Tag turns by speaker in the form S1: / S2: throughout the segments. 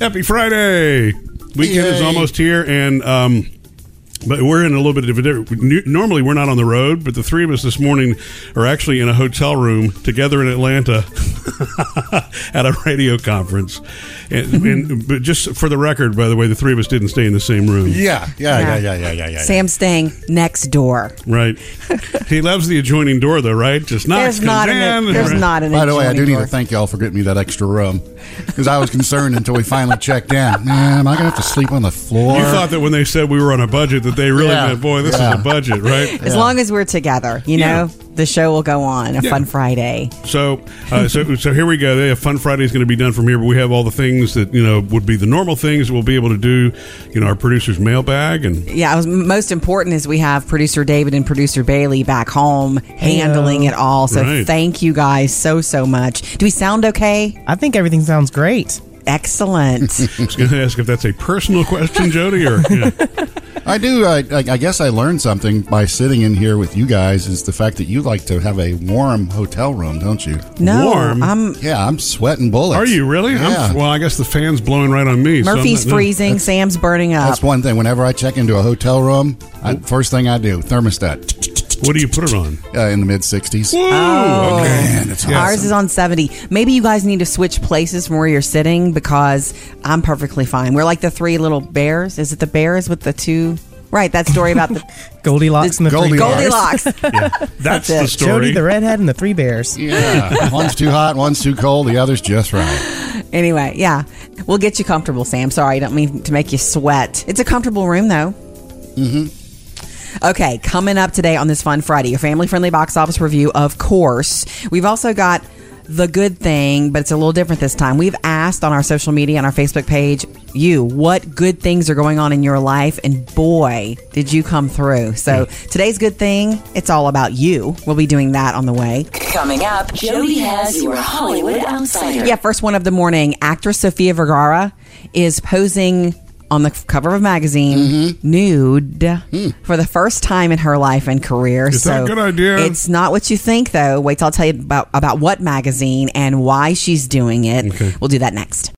S1: Happy Friday! Weekend is
S2: Yay.
S1: almost here, and um, but we're in a little bit of a different. Normally, we're not on the road, but the three of us this morning are actually in a hotel room together in Atlanta at a radio conference. And, and but just for the record, by the way, the three of us didn't stay in the same room.
S2: Yeah, yeah, yeah, yeah, yeah, yeah, yeah.
S3: Sam's staying next door.
S1: Right. he loves the adjoining door, though, right? Just not.
S3: There's not an. e-, There's not an.
S2: By the way, I do
S3: adjoining
S2: need
S3: door.
S2: to thank y'all for getting me that extra room because I was concerned until we finally checked down. Man, am I gonna have to sleep on the floor?
S1: You thought that when they said we were on a budget that they really
S2: Yeah.
S1: meant, boy, this
S2: Yeah.
S1: is a budget, right?
S3: As long as we're together, you
S1: Yeah.
S3: know, the show will go on. A
S1: Yeah.
S3: fun Friday.
S1: So, uh, so, so here we go. They have Fun Friday is going to be done from here, but we have all the things that you know would be the normal things that we'll be able to do. You know, our producer's mailbag and
S3: Yeah, it was, most important is we have producer David and producer Bailey back home handling it all. So
S1: Right.
S3: thank you guys so so much. Do we sound okay?
S4: I think everything sounds great.
S3: Excellent.
S1: I was going to ask if that's a personal question, Jody, or yeah.
S2: I do. I, I I guess I learned something by sitting in here with you guys is the fact that you like to have a warm hotel room, don't you?
S3: No,
S1: Warm.
S3: I'm
S2: Yeah, I'm sweating bullets.
S1: are you really?
S2: Yeah.
S1: I'm, well, I guess the fan's blowing right on me. so I'm
S3: Murphy's
S1: not- no.
S3: freezing. Sam's burning up.
S2: That's one thing. Whenever I check into a hotel room, I, first thing I do thermostat
S1: What do you put it on?
S2: uh, in the mid 60s.
S1: Woo!
S3: Oh.
S1: Okay.
S2: Man, it's hot.
S3: Ours is on 70. Maybe you guys need to switch places from where you're sitting because I'm perfectly fine. We're like the three little bears. Is it the bears with the two? Right, that story about the
S4: Goldilocks and the three
S2: Goldilocks.
S4: bears.
S3: Goldilocks.
S1: That's,
S3: it.
S1: the story.
S4: Jody the redhead and the three bears.
S2: Yeah, one's too hot, one's too cold, the other's just right.
S3: anyway, yeah. We'll get you comfortable, Sam. Sorry, I don't mean to make you sweat. It's a comfortable room, though. Okay, coming up today on this fun Friday, your family friendly box office review, of course. We've also got the good thing, but it's a little different this time. We've asked on our social media and our Facebook page, you, what good things are going on in your life? And boy, did you come through. So today's good thing, it's all about you. We'll be doing that on the way.
S5: Coming up, Jody has your Hollywood Outsider.
S3: Yeah, first one of the morning. Actress Sofia Vergara is posing on the cover of a magazine
S1: Mm-hmm.
S3: nude for the first time in her life and career.
S1: Hmm. Is that a good idea?
S3: It's not what you think, though. Wait till I'll tell you about, about what magazine and why she's doing it.
S1: Okay.
S3: We'll do that next.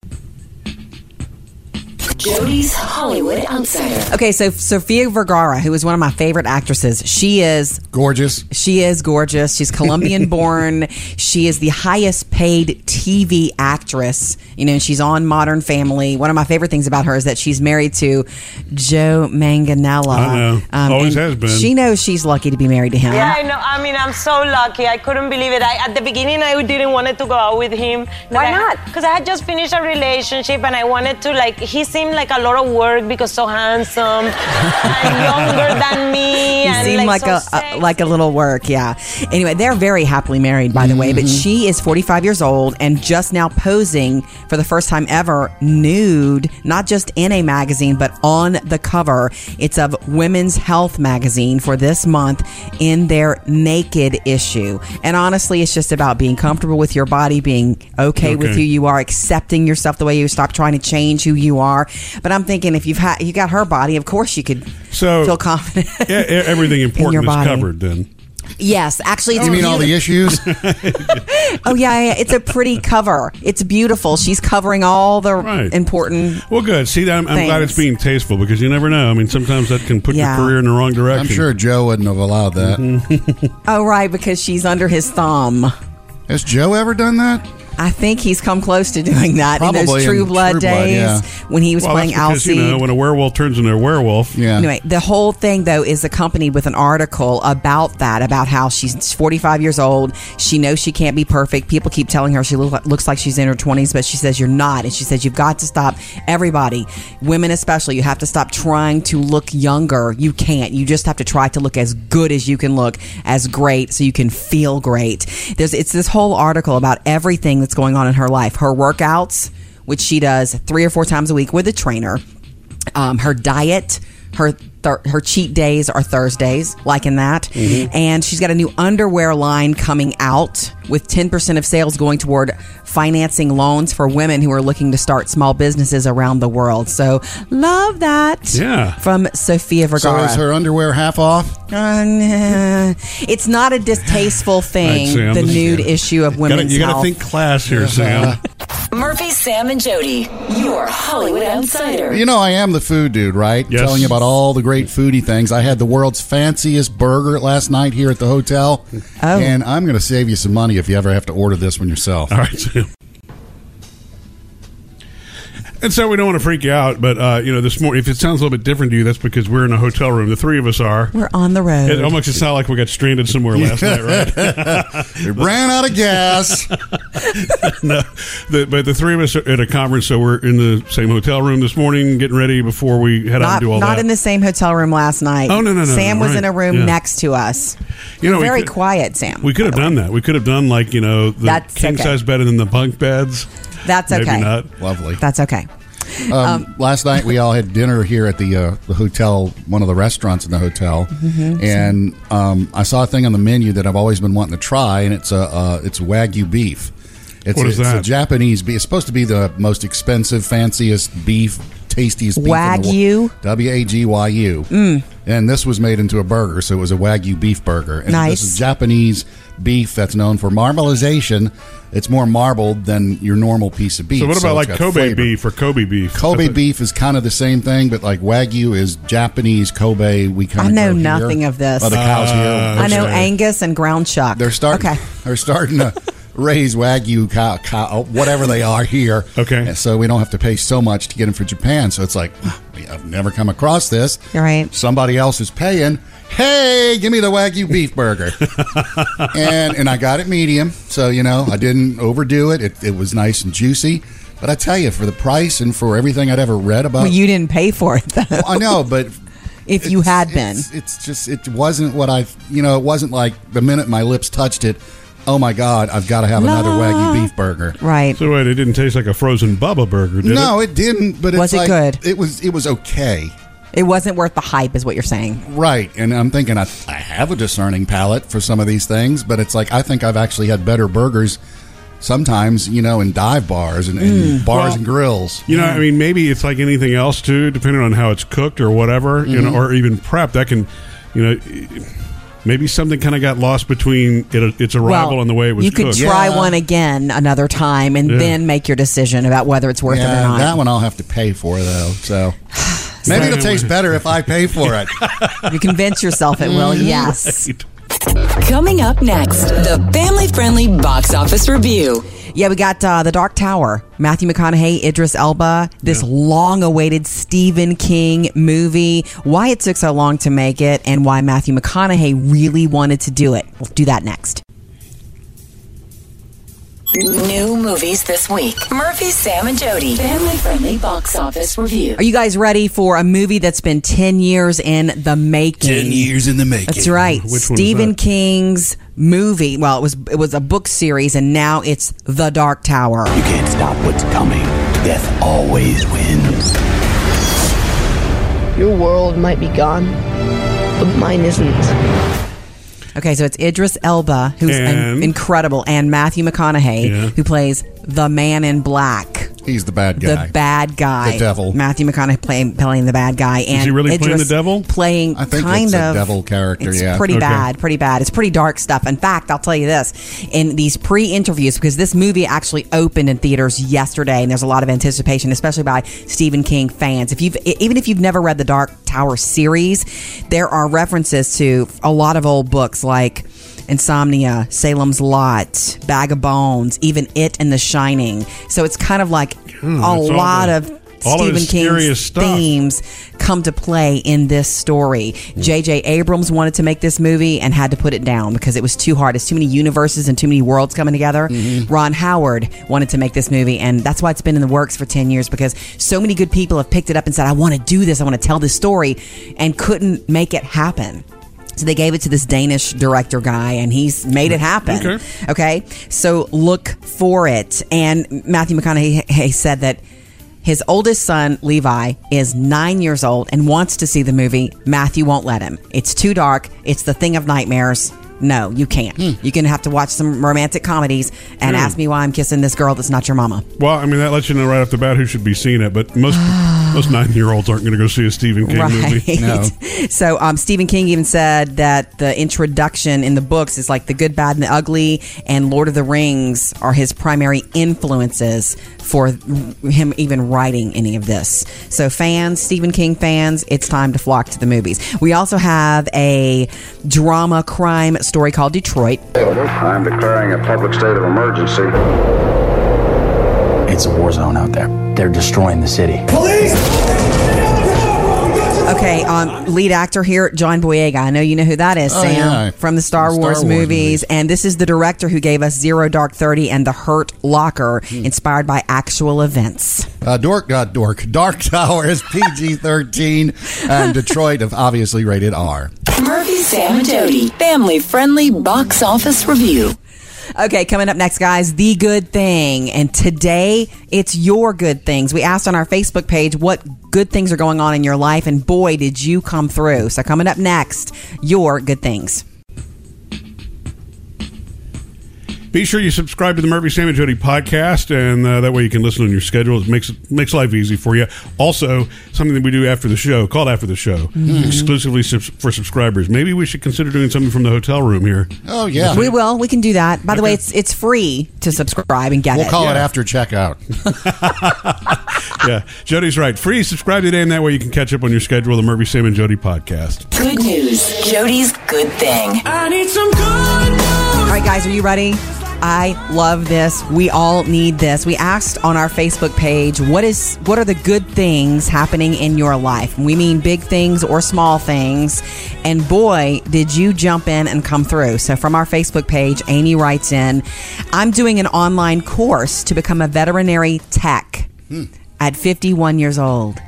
S5: Jody's Hollywood Outsider.
S3: Okay, so Sofia Vergara, who is one of my favorite actresses, she is
S2: Gorgeous.
S3: She is gorgeous. She's Colombian born. She is the highest paid TV actress. You know, she's on Modern Family. One of my favorite things about her is that she's married to Joe Manganella. Um,
S1: I know. Always
S3: and
S1: has been.
S3: She knows she's lucky to be married to him.
S6: Yeah, I know. I mean, I'm so lucky. I couldn't believe it. I, at the beginning, I didn't want to go out with him.
S7: Why not?
S6: Because I had just finished a relationship, and I wanted to like. He seemed like a lot of work because so handsome and younger than me.
S3: He
S6: and
S3: seemed like,
S6: like, so
S3: a, a like a little work, yeah. Anyway, they're very happily married, by the way. But
S1: Mm-hmm.
S3: she is 45 years old and just now posing for the first time ever nude, not just in a magazine, but on the cover. It's of Women's Health magazine for this month in their naked issue. And honestly, it's just about being comfortable with your body, being okay, with
S1: Okay.
S3: who you are, accepting yourself the way you. Stop trying to change who you are. But I'm thinking, if you've had you got her body, of course you could
S1: So-
S3: feel confident.
S1: E- e- everything
S3: your
S1: important is
S3: body.
S1: covered. Then
S3: Yes, actually, it's
S2: You mean all the
S3: beautiful.
S2: issues?
S3: oh yeah, yeah, it's a pretty cover. It's beautiful. She's covering all the
S1: Right.
S3: important.
S1: well, good. See, I'm, I'm glad
S3: Thanks.
S1: it's being tasteful because you never know. I mean, sometimes that can put
S3: Yeah.
S1: your career in the wrong direction.
S2: I'm sure Joe wouldn't have allowed that.
S1: Mm-hmm.
S3: Oh right, because she's under his thumb.
S2: Has Joe ever done that?
S3: I think he's come close to doing that in
S2: Probably
S3: those
S2: in
S3: True Blood
S2: True Blood,
S3: days
S2: yeah.
S3: when he was
S1: Well,
S3: playing
S1: that's because,
S3: Alcide.
S1: you know, when a werewolf turns into a werewolf,
S2: Yeah.
S3: Anyway, the whole thing though is accompanied with an article about that, about how she's 45 years old. She knows she can't be perfect. People keep telling her she look, looks like she's in her 20s, but she says you're not, and she says you've got to stop. Everybody, women especially, you have to stop trying to look younger. You can't. You just have to try to look as good as you can look, as great, so you can feel great. There's it's this whole article about everything that's going on in her life, her workouts, which she does three or four times a week with a trainer um, her diet her thir- her cheat days are Thursdays, liking that.
S1: Mm-hmm.
S3: And she's got a new underwear line coming out with 10% of sales going toward financing loans for women who are looking to start small businesses around the world. So, love that.
S1: Yeah.
S3: From Sophia
S2: So
S3: Vergara.
S2: is her underwear half off?
S3: Uh, nah. it's not a distasteful thing,
S1: Sam,
S3: the
S1: this is-
S3: nude issue of
S1: gotta,
S3: women's
S1: you got to
S3: health. Uh-huh.
S1: think class here, Sam.
S5: Murphy, Sam, and Jody, your Hollywood outsider.
S2: You know, I am the food dude, right?
S1: Yes.
S2: Telling you about all the great foodie things. I had the world's fanciest burger last night here at the hotel.
S3: Oh.
S2: And I'm going to save you some money if you ever have to order this one yourself.
S1: All right, Sam. And so we don't want to freak you out, but uh, you know, this morning, if it sounds a little bit different to you, that's because we're in a hotel room. The three of us are.
S3: We're on the road.
S1: It almost it sounded like we got stranded somewhere last night, right?
S2: It ran out of gas.
S1: no, the, but the three of us are at a conference, so we're in the same hotel room this morning, getting ready before we head out and
S3: not
S1: do all
S3: not
S1: that.
S3: in the same hotel room last night.
S1: Oh, no, no, no,
S3: Sam
S1: no,
S3: was
S1: right.
S3: in a room
S1: Yeah.
S3: next to us.
S1: You know, we
S3: very
S1: could-
S3: quiet, Sam.
S1: we could have done that. We could have done like you know the
S3: That's
S1: king
S3: okay.
S1: size bed and then the bunk beds.
S3: That's
S1: Maybe
S3: okay.
S1: not.
S2: Lovely.
S3: That's okay.
S2: Um, last night we all had dinner here at the uh, the hotel, one of the restaurants in the hotel,
S3: Mm-hmm.
S2: and um, I saw a thing on the menu that I've always been wanting to try, and it's a uh, it's wagyu beef. It's,
S1: What is
S2: it's a
S1: that?
S2: Japanese beef. It's supposed to be the most expensive, fanciest beef, tastiest beef.
S3: Wagyu? Mm.
S2: W a g y u. And this was made into a burger, so it was a wagyu beef burger. And
S3: Nice.
S2: This is Japanese beef that's known for marbleization. It's more marbled than your normal piece of beef.
S1: So what about
S2: it's
S1: like
S2: got
S1: Kobe
S2: flavor.
S1: beef or Kobe beef?
S2: Kobe
S1: That's a-
S2: beef is kind of the same thing, but like Wagyu is Japanese Kobe. We kind
S3: I
S2: of
S3: know
S2: grow here.
S3: nothing of this.
S2: Oh, the cows here.
S1: Uh,
S3: I know
S1: Okay.
S3: Angus and ground chuck.
S2: They're starting.
S3: Okay.
S2: They're starting to raise Wagyu cow, cow, whatever they are here.
S1: Okay.
S2: And so we don't have to pay so much to get them for Japan. So it's like "Wow, I've never come across this.
S3: Right.
S2: Somebody else is paying. Hey, give me the Wagyu beef burger. and and I got it medium, so you know I didn't overdo it. It, it was nice and juicy. But I tell you, for the price and for everything I'd ever read about,
S3: Well, you didn't pay for it though.
S2: I know, but
S3: if you
S2: it's-
S3: had been,
S2: it's, it's just it wasn't what I, you know, it wasn't like the minute my lips touched it. Oh my God, I've got to have another
S3: La.
S2: wagyu beef burger.
S3: right?
S1: So wait, it didn't taste like a frozen Bubba burger, did
S2: No,
S1: it?
S2: it didn't. But it's
S3: Was it
S2: like-
S3: good?
S2: It was. It was okay.
S3: It wasn't worth the hype, is what you're saying.
S2: Right, and I'm thinking I, I have a discerning palate for some of these things, but it's like I think I've actually had better burgers sometimes, you know, in dive bars and, and
S3: Mm.
S2: bars
S1: Well,
S2: and grills.
S1: You know, I mean, maybe it's like anything else too, depending on how it's cooked or whatever, you
S3: Mm-hmm.
S1: know, or even prepped. That can, you know, maybe something kind of got lost between it, its arrival and the way it was
S3: you could
S1: cooked.
S3: try
S2: Yeah.
S3: one again another time and
S1: Yeah.
S3: then make your decision about whether it's worth it or
S2: Yeah,
S3: not.
S2: that one I'll have to pay for though. So maybe it'll taste better if I pay for it.
S3: You convince yourself it will.
S2: Mm-hmm.
S3: Yes.
S5: Coming up next, the family friendly box office review.
S3: Yeah, we got uh, the Dark Tower. Matthew McConaughey, Idris Elba. This long-awaited Stephen King movie. Why it took so long to make it, and why Matthew McConaughey really wanted to do it. We'll do that next.
S5: New movies this week. Murphy, Sam, and Jody. Family friendly box office review.
S3: Are you guys ready for a movie that's been ten years in the making?
S2: in the making.
S3: That's right.
S1: Which one was
S3: Stephen
S1: that?
S3: King's movie. Well, it was it was a book series, and now it's The Dark Tower.
S7: You can't stop what's coming. Death always wins.
S8: Your world might be gone, but mine isn't.
S3: Okay, so it's Idris Elba, who's an-
S1: And?
S3: incredible, and Matthew McConaughey,
S1: Yeah.
S3: who plays the man in black,
S2: He's the bad guy.
S3: the bad guy,
S2: The devil.
S3: Matthew McConaughey playing playing the bad guy, and
S1: he really
S3: Idris
S1: playing the devil?
S3: Playing
S2: I think
S3: kind
S2: it's a
S3: of
S2: devil character,
S3: It's
S2: yeah.
S3: pretty
S1: Okay.
S3: bad, pretty bad. It's pretty dark stuff. In fact, I'll tell you this: in these pre-interviews, because this movie actually opened in theaters yesterday, and there's a lot of anticipation, especially by Stephen King fans. If you've e-, even if you've never read the Dark Tower series, there are references to a lot of old books like. Insomnia, Salem's Lot, Bag of Bones, even It and The Shining. So it's kind of like
S2: Hmm.
S3: a
S1: all
S3: lot
S1: the-
S3: of
S1: Mm, all of the
S3: Stephen King's
S1: scariest stuff.
S3: themes come to play in this story.
S1: Mm.
S3: J.J. Abrams wanted to make this movie and had to put it down because it was too hard. It's too many universes and too many worlds coming together.
S1: Mm-hmm.
S3: Ron Howard wanted to make this movie, and that's why it's been in the works for 10 years because so many good people have picked it up and said, I want to do this, I want to tell this story, and couldn't make it happen. So they gave it to this Danish director guy, and he's made it happen.
S1: Mm. Okay.
S3: Okay. So look for it. And Matthew McConaughey he said that his oldest son, Levi, is nine years old and wants to see the movie. Matthew won't let him. It's too dark. It's the thing of nightmares. No, you can't. You're going to have to watch some romantic comedies and ask me why I'm kissing this girl that's not your mama.
S1: Well, I mean, that lets you know right off the bat who should be seeing it, but most Most nine year olds aren't going to go see a Stephen King movie.
S3: Right.
S2: No.
S3: So um, Stephen King even said that the introduction in the books is like the good, bad, and the ugly, and Lord of the Rings are his primary influences for him even writing any of this. So fans, Stephen King fans, it's time to flock to the movies. We also have a drama crime story called Detroit.
S9: I'm declaring a public state of emergency.
S7: It's a war zone out there. They're destroying the city.
S3: Okay, um, lead actor here, John Boyega. I know you know who that is,
S2: Oh,
S3: Sam,
S2: yeah.
S3: from the Star,
S2: Star
S3: Wars,
S2: Wars
S3: movies.
S2: movies.
S3: And this is the director who gave us Zero Dark Thirty and The Hurt Locker,
S2: Hmm.
S3: inspired by actual events.
S2: Uh, dork, uh, dork, Dark Tower is PG 13, and Detroit have obviously rated R.
S5: Murphy, Sam, and Jody. Family friendly box office review.
S3: Okay, coming up next, guys, The Good Thing. And today, it's your good things. We asked on our Facebook page what good things are going on in your life, and boy, did you come through. So, coming up next, your good things.
S1: Be sure you subscribe to the Murphy Sam and Jody podcast, and uh, that way you can listen on your schedule. It makes makes life easy for you. Also, something that we do after the show, called after the show,
S3: Mm-hmm.
S1: exclusively subs- for subscribers. Maybe we should consider doing something from the hotel room here.
S2: Oh, yeah.
S3: We will. We can do that. By the way, it's it's free to subscribe and get
S2: We'll
S3: it.
S2: call it after checkout.
S1: yeah, Jody's right. Free subscribe today, and that way you can catch up on your schedule. of The Murphy Sam and Jody podcast.
S5: Good news. Jody's good thing.
S3: All right, guys, are you ready? I love this. We all need this. We asked on our Facebook page, what is what are the good things happening in your life? We mean big things or small things. And boy, did you jump in and come through. So from our Facebook page, Amy writes in, I'm doing an online course to become a veterinary tech at 51 years old.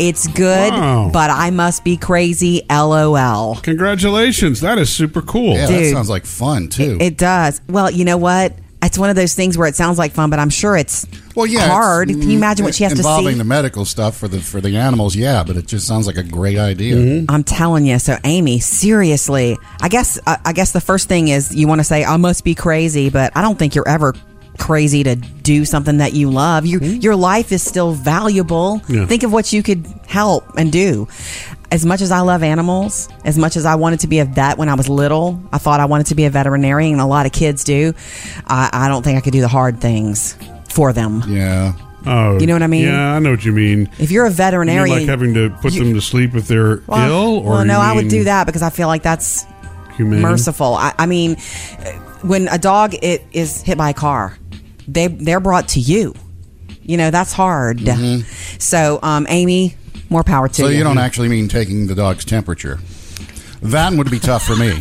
S3: It's good,
S1: Wow.
S3: but I must be crazy. LOL.
S1: Congratulations, that is super cool.
S2: Yeah, that
S3: Dude.
S2: sounds like fun, too.
S3: It does. Well, you know what? It's one of those things where it sounds like fun, but I'm sure it's
S2: well, yeah, it's-
S3: hard. Can you imagine what she has to
S2: involving
S3: see?
S2: the medical stuff for the for the animals? Yeah, but it just sounds like a great idea.
S3: I'm telling you. So, Amy, seriously, I guess uh, I, I guess the first thing is you want to say I must be crazy, but I don't think you're ever crazy to do something that you love. You, Your life is still valuable.
S1: Mm-hmm. Yeah.
S3: Think of what you could help and do. As much as I love animals, as much as I wanted to be a vet when I was little, I thought I wanted to be a veterinarian, and a lot of kids do. I, I don't think I could do the hard things for them.
S2: Yeah,
S1: Oh,
S3: You know what I mean?
S1: Yeah, I know what you mean.
S3: If you're a
S1: You mean
S3: veterinarian,
S1: like having to put them to sleep if they're
S3: well,
S1: ill, or
S3: well,
S1: you
S3: no, I would
S1: mean
S3: do that because I feel like that's
S1: Humane?
S3: merciful. I, I mean, uh, when a dog it is hit by a car, they they're brought to you. You know that's hard. So, um, Amy, more power to
S2: so
S3: you.
S2: you don't actually mean taking the dog's temperature. That would be tough for me.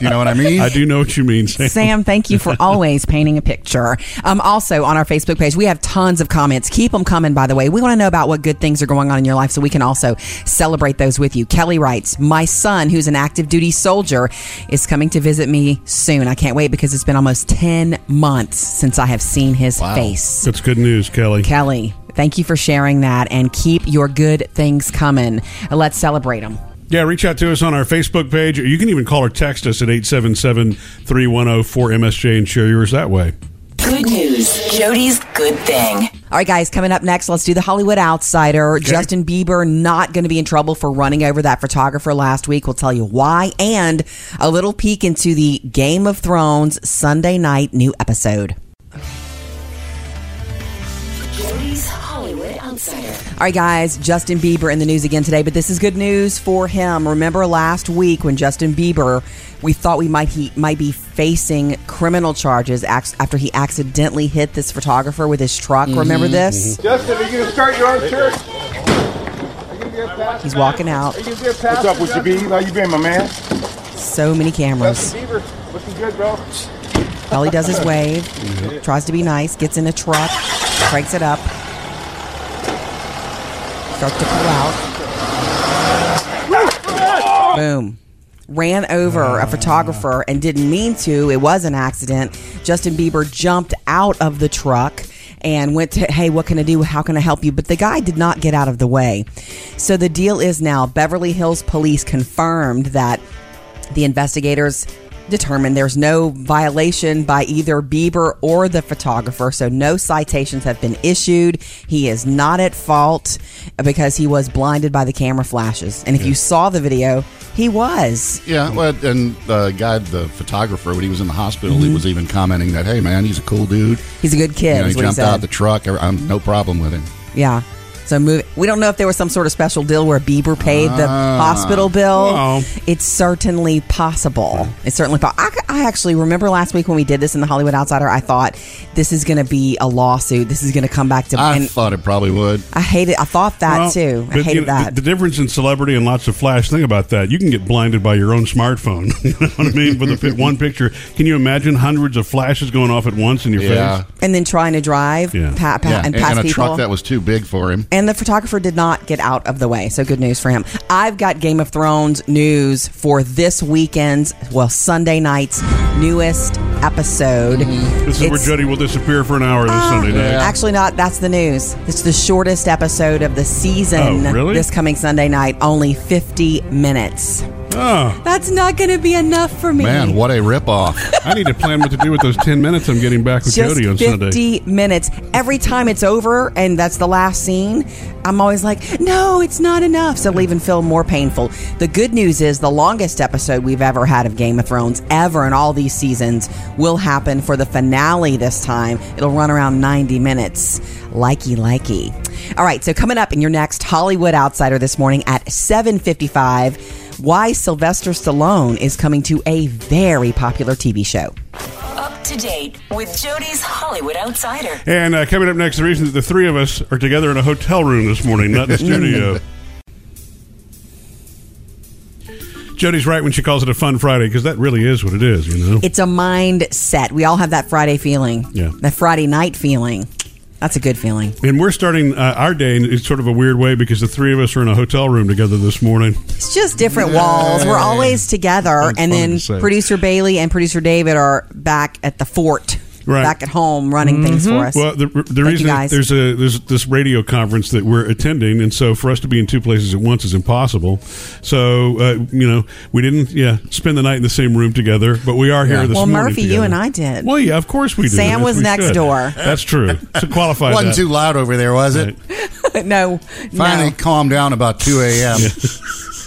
S2: you know what I mean?
S1: I do know what you mean. Sam.
S3: Sam, thank you for always painting a picture. Um, also, on our Facebook page, we have tons of comments. Keep them coming, by the way. We want to know about what good things are going on in your life so we can also celebrate those with you. Kelly writes My son, who's an active duty soldier, is coming to visit me soon. I can't wait because it's been almost 10 months since I have seen his face.
S1: That's good news, Kelly.
S3: Kelly, thank you for sharing that and keep your good things coming. Let's celebrate them.
S1: Yeah, reach out to us on our Facebook page. or You can even call or text us at 877 310 4MSJ and share yours that way.
S5: Good news. Jody's good thing.
S3: All right, guys, coming up next, let's do the Hollywood Outsider. Justin Bieber not going to be in trouble for running over that photographer last week. We'll tell you why and a little peek into the Game of Thrones Sunday night new episode.
S5: Jody's Hollywood Outsider.
S3: All right, guys, Justin Bieber in the news again today, but this is good news for him. Remember last week when Justin Bieber, we thought we might he might be facing criminal charges ac- after he accidentally hit this photographer with his truck. Remember this?
S9: Mm-hmm.
S10: Justin, are you gonna start your own church?
S3: He's walking out.
S10: What's up with you, B? How you been, my man?
S3: So many cameras.
S10: Bieber, looking good, bro.
S3: All he does is wave, tries to be nice, gets in a truck, cranks it up, starts to pull out. Boom. Ran over a photographer and didn't mean to. It was an accident. Justin Bieber jumped out of the truck and went to, hey, what can I do? How can I help you? But the guy did not get out of the way. So the deal is now Beverly Hills police confirmed that the investigators determined there's no violation by either Bieber or the photographer, so no citations have been issued. He is not at fault because he was blinded by the camera flashes. And if you saw the video, he was.
S2: Yeah, well, and the guy, the photographer, when he was in the hospital,
S3: Mm-hmm.
S2: he was even commenting that, "Hey, man, he's a cool dude.
S3: He's a good kid.
S2: You know,
S3: is
S2: he
S3: what
S2: jumped
S3: he said.
S2: out the truck. I- I'm no problem with him."
S3: Yeah. So move. We don't know if there was some sort of special deal where Bieber paid the hospital bill.
S1: Ah. Well.
S3: It's certainly possible. It's certainly possible. I, c- I actually remember last week when we did this in the Hollywood Outsider. I thought this is going to be a lawsuit. This is going to come back to.
S2: I
S3: and Uh,
S2: thought it probably would.
S3: I hated. I thought that
S1: Well,
S3: too. I
S1: but,
S3: hated
S1: you know,
S3: that.
S1: The, the difference in celebrity and lots of flash. Think about that. You can get blinded by your own smartphone. you know what I mean? With a fit one picture, can you imagine hundreds of flashes going off at once in your
S2: Yeah.
S1: face?
S3: and then trying to drive
S1: Yeah.
S3: pa- pa-
S2: yeah, and,
S3: and pass
S2: and a
S3: people.
S2: truck that was too big for him.
S3: And the photographer did not get out of the way. So good news for him. I've got Game of Thrones news for this weekend's, well, Sunday night's newest episode.
S1: This is where
S3: It's- Oh,
S1: Jody will disappear for an hour this Sunday night.
S3: Actually, not. That's the news. It's the shortest episode of the season
S1: Oh, really?
S3: this coming Sunday night, only 50 minutes.
S1: Oh,
S3: That's not going to be enough for me.
S2: Man, what a ripoff!
S1: I need to plan what to do with those ten minutes I'm getting back with
S3: Just
S1: Jody on
S3: 50
S1: Sunday.
S3: minutes. Every time it's over and that's the last scene, I'm always like, no, it's not enough. So it'll even feel more painful. The good news is the longest episode we've ever had of Game of Thrones ever in all these seasons will happen for the finale this time. It'll run around 90 minutes. Likey, likey. All right, so coming up in your next Hollywood Outsider this morning at 7.55, why Sylvester Stallone is coming to a very popular TV show.
S5: Up to date with Jody's Hollywood Outsider.
S1: And uh, coming up next, the reason that the three of us are together in a hotel room this morning, not in the studio. Jody's right when she calls it a fun Friday because that really is what it is, you know.
S3: It's a mindset. We all have that Friday feeling.
S1: Yeah.
S3: That Friday night feeling. That's a good feeling.
S1: And we're starting uh, our day in sort of a weird way because the three of us are in a hotel room together this morning.
S3: It's just different walls. We're always together.
S1: That's
S3: and
S1: funny
S3: then
S1: to say.
S3: producer Bailey and producer David are back at the fort,
S1: Right. Mm-hmm.
S3: back at home running things for us.
S1: Well, the, the reason
S3: guys.
S1: there's a there's this radio conference that we're attending, and so for us to be in two places at once is impossible. So uh, you know, we didn't yeah spend the night in the same room together, but we are here
S2: Yeah.
S1: this
S3: Well,
S1: morning.
S3: Murphy, you
S1: together.
S3: and I did.
S1: Well, yeah, of course we did.
S3: Sam
S1: as
S3: was
S1: we
S3: next
S1: should.
S3: door.
S1: That's true. So qualify
S2: wasn't
S1: that.
S2: too loud over there, was it?
S3: no.
S2: Finally,
S3: No.
S2: calmed down about two a.m.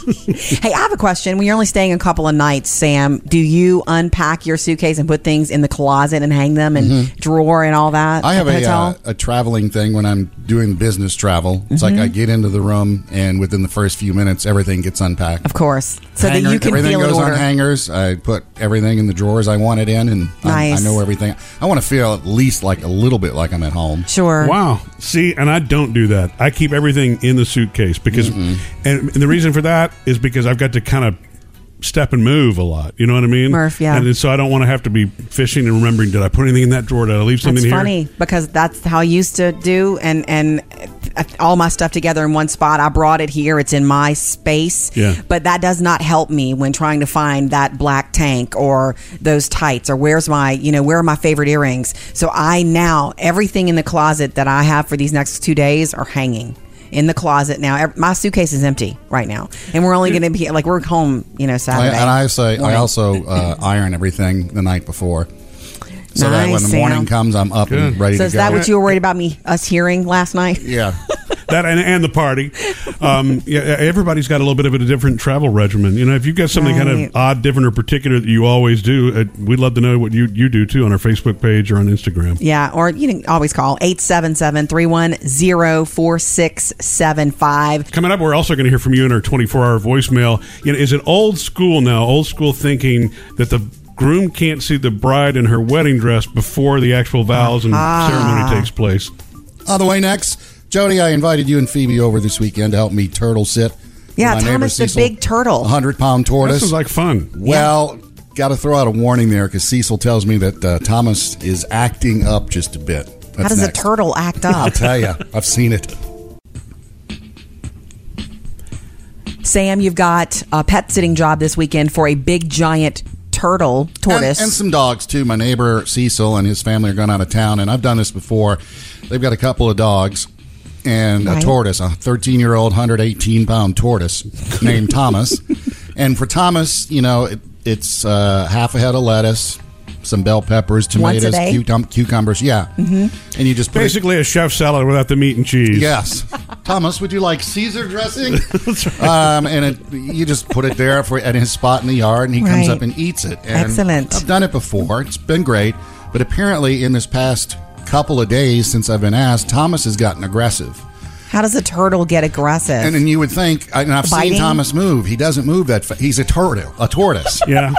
S3: Hey, I have a question. When you're only staying a couple of nights, Sam, do you unpack your suitcase and put things in the closet and hang them and
S1: Mm-hmm.
S3: drawer and all that?
S2: I
S3: at
S2: have
S3: the
S2: a,
S3: hotel?
S2: uh, a traveling thing when I'm doing business travel. It's like
S3: Mm-hmm.
S2: I get into the room, and within the first few minutes, everything gets unpacked.
S3: of course. So that
S2: Hanger-
S3: you can
S2: everything
S3: feel in
S2: goes
S3: order.
S2: on hangers. I put everything in the drawers I want it in, and I-
S3: Nice.
S2: I know everything. I want to feel at least like a little bit like I'm at home.
S3: Sure.
S1: Wow. See, and I don't do that. I keep everything in the suitcase because, and, and the reason for that is because I've got to kind of step and move a lot. You know what I mean?
S3: Murph, yeah.
S1: And, then- so I don't want to have to be fishing and remembering, did I put anything in that drawer? Did I leave something
S3: That's
S1: here?
S3: funny because that's how I used to do, and and uh, all my stuff together in one spot. I brought it here; it's in my space.
S1: Yeah.
S3: But that does not help me when trying to find that black tank or those tights or where's my you know where are my favorite earrings. So I now everything in the closet that I have for these next two days are hanging. In the closet now. Ev- My suitcase is empty right now, and we're only going to be like we're home, you know,
S2: I,
S3: Saturday.
S2: and I say I
S3: morning.
S2: also uh, iron everything the night before, so that when
S3: Nice,
S2: the morning
S3: Sam.
S2: comes, I'm up and
S1: Good.
S2: ready
S3: So
S2: to
S3: is
S2: go.
S3: that what you were worried about me us hearing last night?
S2: yeah.
S1: that and, and the party. Um, yeah, everybody's got a little bit of a different travel regimen. You know, if you've got something kind
S3: Right.
S1: of odd, different, or particular that you always do, uh, we'd love to know what you, you do too on our Facebook page or on Instagram.
S3: Yeah, or you can always call 877-310-4675.
S1: Coming up, we're also going to hear from you in our 24 hour voicemail. You know, is it old school now, old school thinking that the groom can't see the bride in her wedding dress before the actual vows and ceremony takes place?
S2: On the way next, Jody, I invited you and Phoebe over this weekend to help me turtle sit. with
S3: Yeah,
S2: my neighbor
S3: Thomas the
S2: Cecil,
S3: big turtle.
S2: a hundred pound
S1: This
S2: tortoise.
S1: is like fun.
S2: well, got to throw out a warning there because Cecil tells me that uh, Thomas is acting up just a bit. That's
S3: How does
S2: next.
S3: a turtle act up?
S2: I'll tell you, I've seen it.
S3: Sam, you've got a pet sitting job this weekend for a big giant turtle
S2: And,
S3: tortoise.
S2: and some dogs too. My neighbor Cecil and his family are going out of town, and I've done this before. They've got a couple of dogs and
S3: Right.
S2: a tortoise, a 13 year old, 118 pound tortoise named Thomas. and for Thomas, you know, it, It's uh, half a head of lettuce, some bell peppers,
S3: Once a
S2: tomatoes,
S3: day?
S2: cucum- cucumbers. Yeah, mm-hmm. and you just put it-
S1: Basically, a chef salad without the meat and cheese.
S2: Yes, Thomas, would you like Caesar dressing? um, and it, you just put it there for at his spot in the yard, and he comes
S3: Right.
S2: up and eats it. And
S3: Excellent.
S2: I've done it before; it's been great. But apparently, in this past couple of days since I've been asked, Thomas has gotten aggressive.
S3: How does a turtle get aggressive?
S2: And then you would think, and I've
S3: Biting?
S2: seen Thomas move. He doesn't move that. Fa- he's a turtle, a tortoise.
S1: Yeah.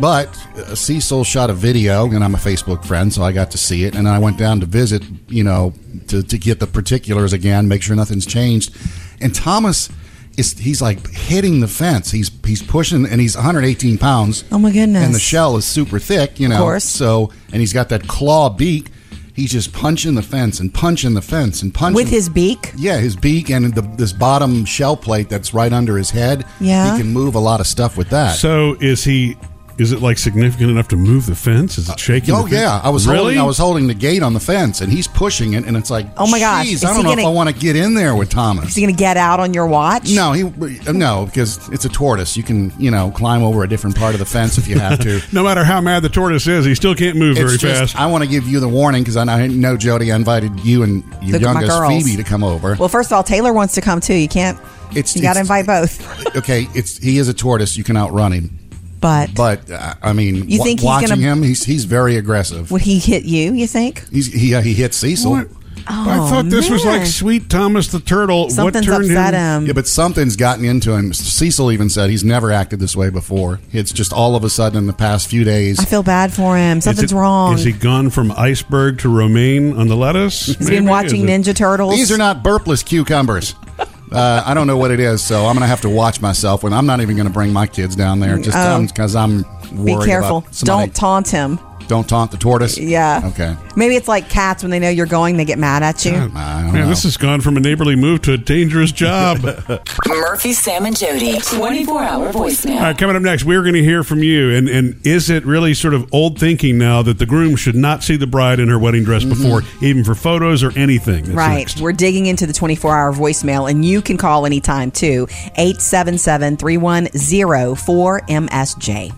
S2: But uh, Cecil shot a video, and I'm a Facebook friend, so I got to see it. And I went down to visit, you know, to, to get the particulars again, make sure nothing's changed. And Thomas is he's like hitting the fence. He's he's pushing, and he's 118 pounds.
S3: Oh, my goodness.
S2: And the shell is super thick, you know.
S3: course.
S2: So and he's got that claw beak. He's just punching the fence and punching the fence and punching
S3: With his beak?
S2: yeah, his beak and the, this bottom shell plate that's right under his head.
S3: Yeah.
S2: he can move a lot of stuff with that.
S1: So is he? Is it like significant enough to move the fence? Is it shaking? the
S2: Oh
S1: fence?
S2: yeah, I was
S1: really.
S2: holding I was holding the gate on the fence, and he's pushing it, and it's like,
S3: Oh, my gosh.
S2: "Jeez,
S3: Is
S2: I
S3: he
S2: don't know if
S3: gonna-
S2: I want to get in there with Thomas.
S3: Is he going to get out on your watch?
S2: no, he no, because it's a tortoise. You can you know climb over a different part of the fence if you have to.
S1: no matter how mad the tortoise is, he still can't move very
S2: It's just,
S1: fast.
S2: I want to give you the warning because I know- I know Jody. I invited you and your
S3: The- my
S2: youngest
S3: girls.
S2: Phoebe to come over.
S3: Well, first of all, Taylor wants to come too. You can't.
S2: It's-
S3: you got
S2: it's-
S3: to invite both.
S2: okay, it's he is a tortoise. You can outrun him,
S3: But,
S2: but uh, I mean,
S3: You
S2: wa-
S3: think he's
S2: watching
S3: gonna-
S2: him, he's he's very aggressive.
S3: would he hit you? You think?
S2: He's, he uh, he hits Cecil.
S1: What? I thought this was
S3: Oh, man.
S1: like Sweet Thomas the Turtle.
S3: Something's
S1: what turned
S3: upset
S1: him?
S3: him.
S2: Yeah, but something's gotten into him. Cecil even said he's never acted this way before. It's just all of a sudden in the past few days.
S3: I feel bad for him.
S1: Is it-
S3: Something's wrong.
S1: Is he gone from iceberg to romaine on the lettuce?
S3: He's been watching Ninja Turtles.
S2: These are not burpless cucumbers. Uh, I don't know what it is, so I'm going to have to watch myself. When I'm not even going to bring my kids down there, just because I'm
S3: Oh. Be
S2: worried.
S3: careful.
S2: About somebody-
S3: Don't taunt him.
S2: don't taunt the tortoise.
S3: Yeah.
S2: Okay.
S3: Maybe it's like cats when they know you're going, they get mad at you.
S2: I don't
S1: Man,
S2: know.
S1: this has gone from a neighborly move to a dangerous job. All
S5: Murphy, Sam, and Jody. 24 hour voicemail.
S1: right, coming up next, we're going to hear from you. And, and is it really sort of old thinking now that the groom should not see the bride in her wedding dress before, even for photos or anything? That's
S3: Mm-hmm. Right.
S1: next.
S3: We're digging into the 24 hour voicemail, and you can call anytime too. 877 310 4MSJ.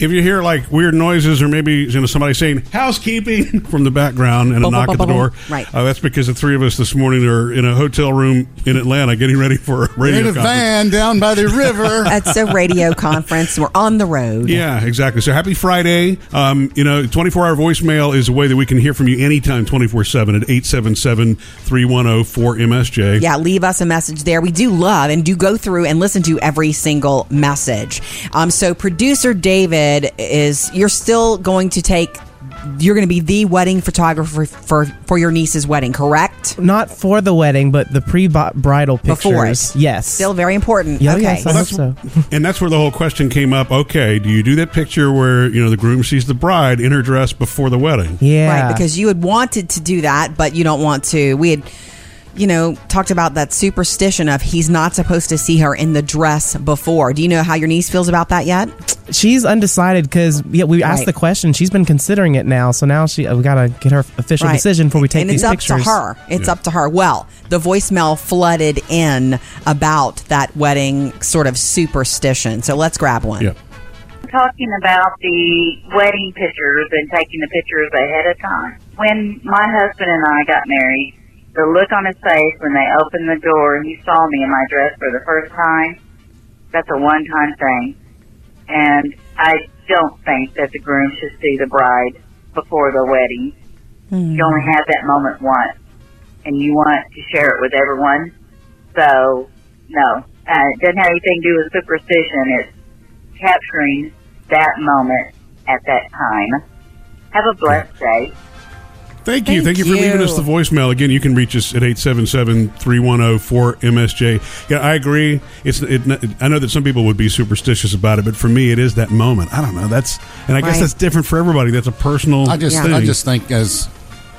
S1: If you hear like weird noises or maybe you know somebody saying housekeeping from the background and a
S3: Bum, bum,
S1: knock at the
S3: bum, bum,
S1: door,
S3: bum. Right.
S1: Uh, that's because the three of us this morning are in a hotel room in Atlanta getting ready for a radio
S2: in a
S1: conference.
S2: van down by the river.
S3: That's a radio conference. We're on the road.
S1: Yeah, exactly. So happy Friday. Um, you know, 24 hour voicemail is a way that we can hear from you anytime 24 7 at 877 310 4MSJ.
S3: Yeah, leave us a message there. We do love and do go through and listen to every single message. Um, so, producer David is, you're still going to take, you're going to be the wedding photographer for, for your niece's wedding, correct?
S4: Not for the wedding, but the pre-bridal pictures.
S3: Before it.
S4: Yes.
S3: Still very important.
S4: Yeah,
S3: okay.
S4: yes, I hope so.
S1: And that's where the whole question came up. Okay, do you do that picture where, you know, the groom sees the bride in her dress before the wedding?
S4: Yeah.
S3: Right, because you had wanted to do that, but you don't want to. We had, you know, talked about that superstition of he's not supposed to see her in the dress before. Do you know how your niece feels about that yet?
S4: she's undecided because yeah, we asked
S3: Right.
S4: the question. She's been considering it now, so now she uh, we gotta get her official decision before we take
S3: and
S4: these
S3: it's up
S4: pictures.
S3: to her. It's
S1: Yeah.
S3: up to her. Well, the voicemail flooded in about that wedding sort of superstition. So let's grab one.
S1: Yeah.
S11: talking about the wedding pictures and taking the pictures ahead of time. When my husband and I got married, the look on his face when they opened the door and he saw me in my dress for the first time, that's a one time thing. And I don't think that the groom should see the bride before the wedding. You only have that moment once and you want to share it with everyone. So, no, uh, it doesn't have anything to do with superstition. It's capturing that moment at that time. Have a blessed day.
S1: Thank you. Thank,
S3: Thank
S1: you for leaving us the
S3: you.
S1: voicemail. Again, you can reach us at 877-310-4MSJ. Yeah, I agree. It's it, I know that some people would be superstitious about it, but for me it is that moment. I don't know. That's and I guess
S3: Right.
S1: that's different for everybody. That's a personal
S2: I just
S1: thing.
S2: I just think as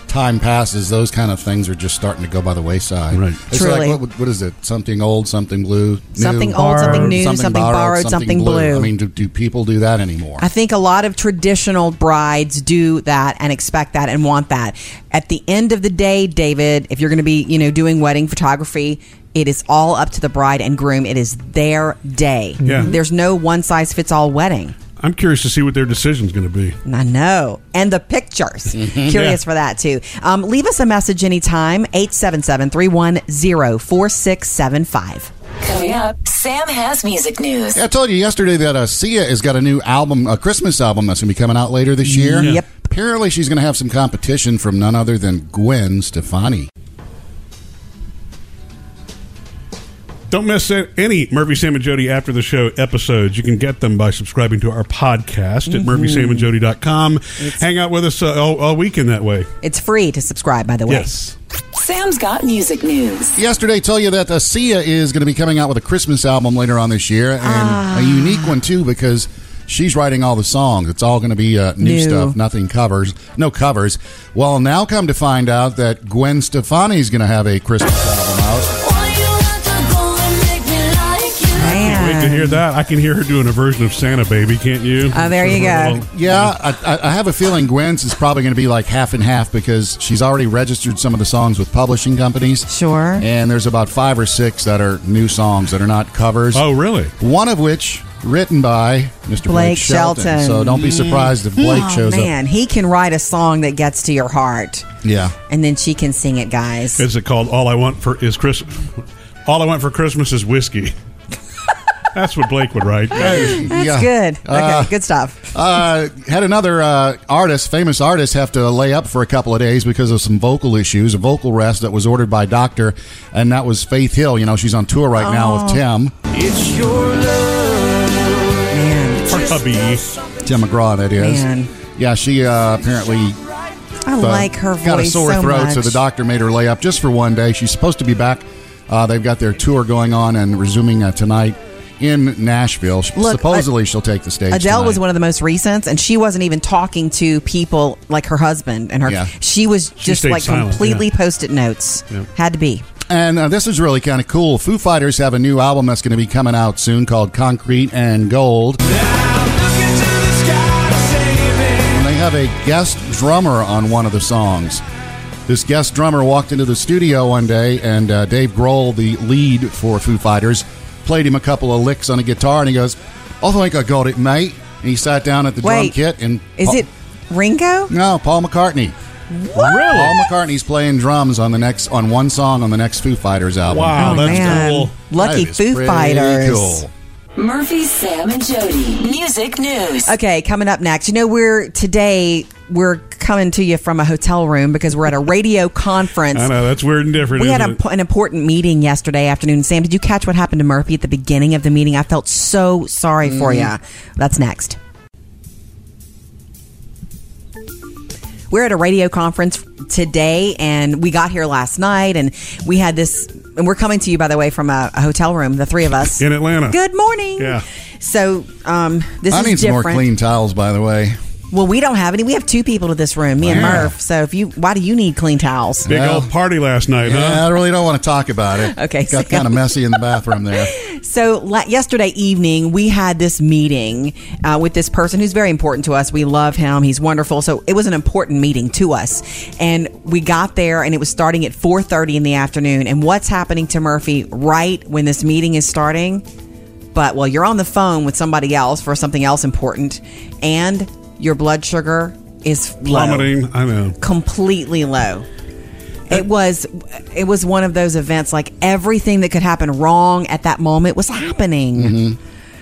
S2: time passes, those kind of things are just starting to go by the wayside. Right. It's
S3: Truly.
S2: like what, what is it? Something old, something blue, new,
S3: Something old, something new, something borrowed, something blue.
S2: I mean, do, do people do that anymore?
S3: I think a lot of traditional brides do that and expect that and want that. At the end of the day, David, if you're going to be, you know, doing wedding photography, it is all up to the bride and groom. It is their day.
S1: Yeah.
S3: There's no one size fits all wedding.
S1: I'm curious to see what their decision's going to be.
S3: I know. And the pictures.
S1: Mhm.
S3: Curious
S1: Yeah.
S3: for that too. Um, leave us a message anytime 877 310 4675.
S5: Coming up, Sam has music news.
S2: Yeah, I told you yesterday that uh, Sia has got a new album, a Christmas album that's going to be coming out later this year.
S3: Yep.
S2: Apparently, she's going to have some competition from none other than Gwen Stefani.
S1: Don't miss a- any Murphy, Sam, and Jody after the show episodes. You can get them by subscribing to our podcast at
S3: Mhm.
S1: murphysamandjody.com. Hang out with us uh, all, all weekend that way.
S3: It's free to subscribe, by the way.
S1: Yes.
S5: Sam's got music news.
S2: Yesterday, told you that uh, Sia is going to be coming out with a Christmas album later on this year, and a unique one too because she's writing all the songs. It's all going to be uh, new
S12: New.
S2: stuff, nothing covers, no covers. Well, now come to find out that Gwen Stefani is going to have a Christmas album out.
S1: Can't wait to hear that. I can hear her doing a version of Santa Baby, can't you?
S3: Oh,
S2: Yeah, I, I- I have a feeling Gwen's is probably going to be like half and half because she's already registered some of the songs with publishing companies.
S3: Sure.
S2: And there's about five or six that are new songs that are not covers.
S1: Oh, really?
S2: One of which written by Mr. Blake,
S3: Blake Shelton.
S2: So don't be surprised if Blake
S3: oh,
S2: shows
S3: man, he can write a song that gets to your heart,
S2: up. Yeah.
S3: and then she can sing it, guys.
S1: Is it called All I Want for is Chris? All I Want for Christmas is whiskey. That's what Blake would write.
S3: That's
S2: Yeah.
S3: good. Okay,
S2: Uh,
S3: good stuff.
S2: Uh, had another uh, artist, famous artist, have to lay up for a couple of days because of some vocal issues, a vocal rest that was ordered by doctor, and that was Faith Hill. You know, she's on tour right now with
S12: Oh.
S2: Tim.
S12: It's your love.
S1: Her hubby.
S2: Tim McGraw, that is.
S12: Man.
S2: Yeah, she uh, apparently.
S3: I
S2: uh,
S3: like her voice
S2: Got a sore
S3: so
S2: throat,
S3: much.
S2: so the doctor made her lay up just for one day. She's supposed to be back. Uh, they've got their tour going on and resuming uh, tonight in Nashville. She-
S3: Look,
S2: Supposedly, she'll take the stage.
S3: Adele
S2: tonight.
S3: was one of the most recent, and she wasn't even talking to people like her husband and her.
S2: Yeah.
S3: She was just
S2: stayed
S3: like
S2: silent,
S3: completely
S2: yeah.
S3: post-it notes. Had to be.
S2: And uh, this is really kind of cool. Foo Fighters have a new album that's going to be coming out soon called Concrete and Gold. And they have a guest drummer on one of the songs. This guest drummer walked into the studio one day, and uh, Dave Grohl, the lead for Foo Fighters, played him a couple of licks on a guitar, and he goes, "I think I got it, mate." And he sat down at the
S3: Wait,
S2: drum kit, and
S3: Is
S2: Pa-
S3: it Ringo?
S2: No, Paul McCartney.
S3: Really?
S2: Paul McCartney's playing drums on the next on one song on the next Foo Fighters album.
S1: Wow, Oh, that's man. cool.
S3: Lucky
S2: is
S3: Foo
S2: pretty
S3: Fighters.
S2: cool.
S5: Murphy, Sam, and Jody. Music news.
S3: Okay, coming up next. You know, we're today we're coming to you from a hotel room because we're at a radio conference.
S1: I know that's weird and different.
S3: We
S1: isn't
S3: had a,
S1: it?
S3: an important meeting yesterday afternoon. Sam, did you catch what happened to Murphy at the beginning of the meeting? I felt so sorry for
S5: Mhm.
S3: you.
S2: Mm-hmm.
S3: That's next. We're at a radio conference today, and we got here last night, and we had this. And we're coming to you, by the way, from a, a hotel room, the three of us
S2: In Atlanta.
S3: Good morning.
S2: Yeah.
S3: So, um, this
S2: I
S3: is
S2: need some
S3: different.
S2: more clean towels, by the way.
S3: Well, we don't have any. We have two people to this room, me and
S2: Yeah.
S3: Murph. So, if you, why do you need clean towels?
S1: Big old party last night,
S2: Yeah,
S1: huh?
S2: I really don't want to talk about it.
S3: Okay,
S2: got
S3: Sam.
S2: kind of messy in the bathroom there.
S3: So la- yesterday evening, we had this meeting uh, with this person who's very important to us. We love him; he's wonderful. So it was an important meeting to us, and we got there, and it was starting at four thirty in the afternoon. And what's happening to Murphy right when this meeting is starting? But well, you're on the phone with somebody else for something else important, and your blood sugar is low
S1: Plummeting. I know.
S3: completely low. It was it was one of those events like everything that could happen wrong at that moment was happening.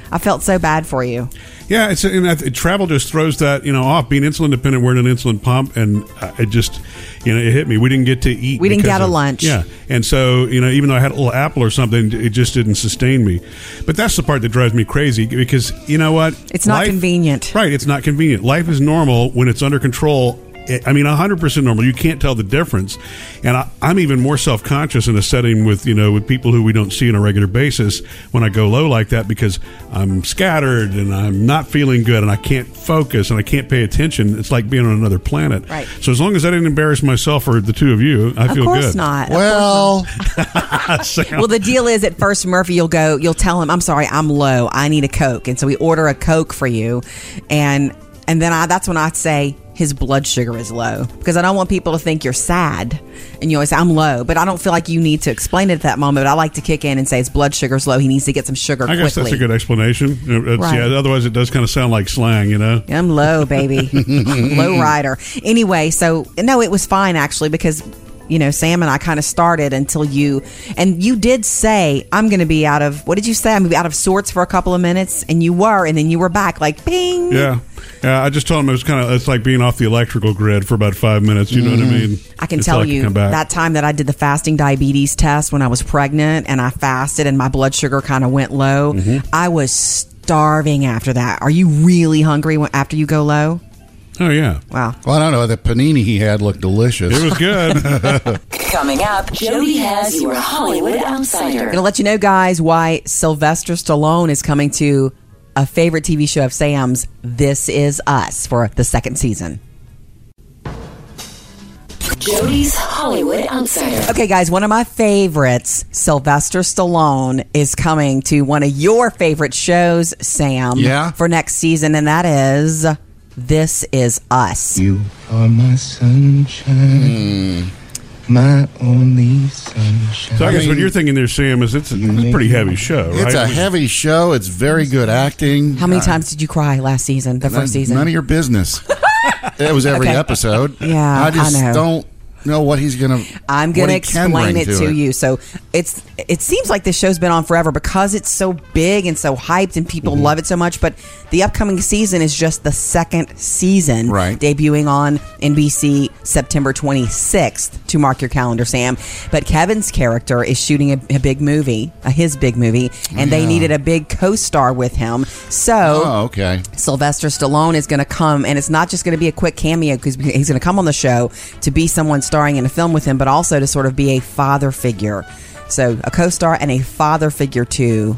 S3: I felt so bad for you.
S1: Yeah, it's and I, th- travel just throws that you know off. Being insulin dependent, wearing an insulin pump, and uh, it just you know it hit me. We didn't get to eat.
S3: We didn't
S1: because
S3: get a
S1: of-
S3: lunch.
S1: Yeah, and so you know even though I had a little apple or something, it just didn't sustain me. But that's the part that drives me crazy because you know what?
S3: It's not
S1: Life-
S3: convenient.
S1: Right, it's not convenient. Life is normal when it's under control I mean, 100% normal. You can't tell the difference. And I, I'm even more self conscious in a setting with, you know, with people who we don't see on a regular basis when I go low like that because I'm scattered and I'm not feeling good and I can't focus and I can't pay attention. It's like being on another planet.
S3: Right.
S1: So as long as I didn't embarrass myself or the two of you, I
S3: Of
S1: feel
S3: course
S1: good.
S3: not. Of course
S2: Well,
S3: Well, the deal is at first, Murphy, you'll go, you'll tell him, I'm sorry, I'm low. I need a Coke. And so we order a Coke for you. And, and then I, that's when I say his blood sugar is low because I don't want people to think you're sad. And you always say, I'm low, but I don't feel like you need to explain it at that moment. I like to kick in and say his blood sugar's low. He needs to get some sugar
S1: I
S3: quickly.
S1: guess that's a good explanation. Uh, it's-
S3: Right.
S1: Yeah, otherwise it does kind of sound like slang, you know.
S3: I'm low, baby. low rider. Anyway, so no, it was fine actually because you know Sam and I kind of started until you and you did say I'm going to be out of what did you say? I'm going to be out of sorts for a couple of minutes, and you were, and then you were back like bing.
S1: Yeah, yeah. I just told him it was kind of it's like being off the electrical grid for about five minutes. You know what I mean?
S3: Mm-hmm. I can
S1: Until
S3: tell
S1: could
S3: you
S1: come back.
S3: that time that I did the fasting diabetes test when I was pregnant and I fasted and my blood sugar kind of went low.
S1: Mm-hmm.
S3: I was starving after that. Are you really hungry when, after you go low?
S1: Oh yeah.
S3: Wow.
S2: Well, I don't know. That panini he had looked delicious.
S1: It was good.
S5: Coming up, Jody has your Hollywood Outsider.
S3: Gonna let you know, guys, why Sylvester Stallone is coming to a favorite TV show of Sam's, This Is Us, for the second season.
S5: Jody's Hollywood Outsider.
S3: Okay, guys, one of my favorites, Sylvester Stallone, is coming to one of your favorite shows, Sam,
S13: Yeah?
S3: for next season, and that is This Is Us.
S13: You are my sunshine, my only sunshine.
S1: So I guess what you're thinking there, Sam, is it's a, it's a pretty heavy show, right?
S2: Mm-hmm. It's a heavy show. It's very good acting. Uh,
S3: How many times did you cry last season, the
S2: None-
S3: first season?
S2: None of your business. it was every
S3: Okay.
S2: episode.
S3: Yeah,
S2: I just
S3: I know.
S2: don't know what he's gonna.
S3: I'm
S2: what
S3: going to
S2: he can
S3: explain
S2: bring
S3: it to, you. So it's it seems like this show's been on forever because it's so big and so hyped and people love it so much. But the upcoming season is just the second season, right? Debuting on NBC September 26th to mark your calendar, Sam. But Kevin's character is shooting a, a big movie, uh, his big movie, and they
S2: Yeah.
S3: needed a big co-star with him. So
S2: Oh, okay.
S3: Sylvester Stallone is going to come, and it's not just going to be a quick cameo because he's going to come on the show to be someone starring in a film with him, but also to sort of be a father figure. So a co-star and a father figure to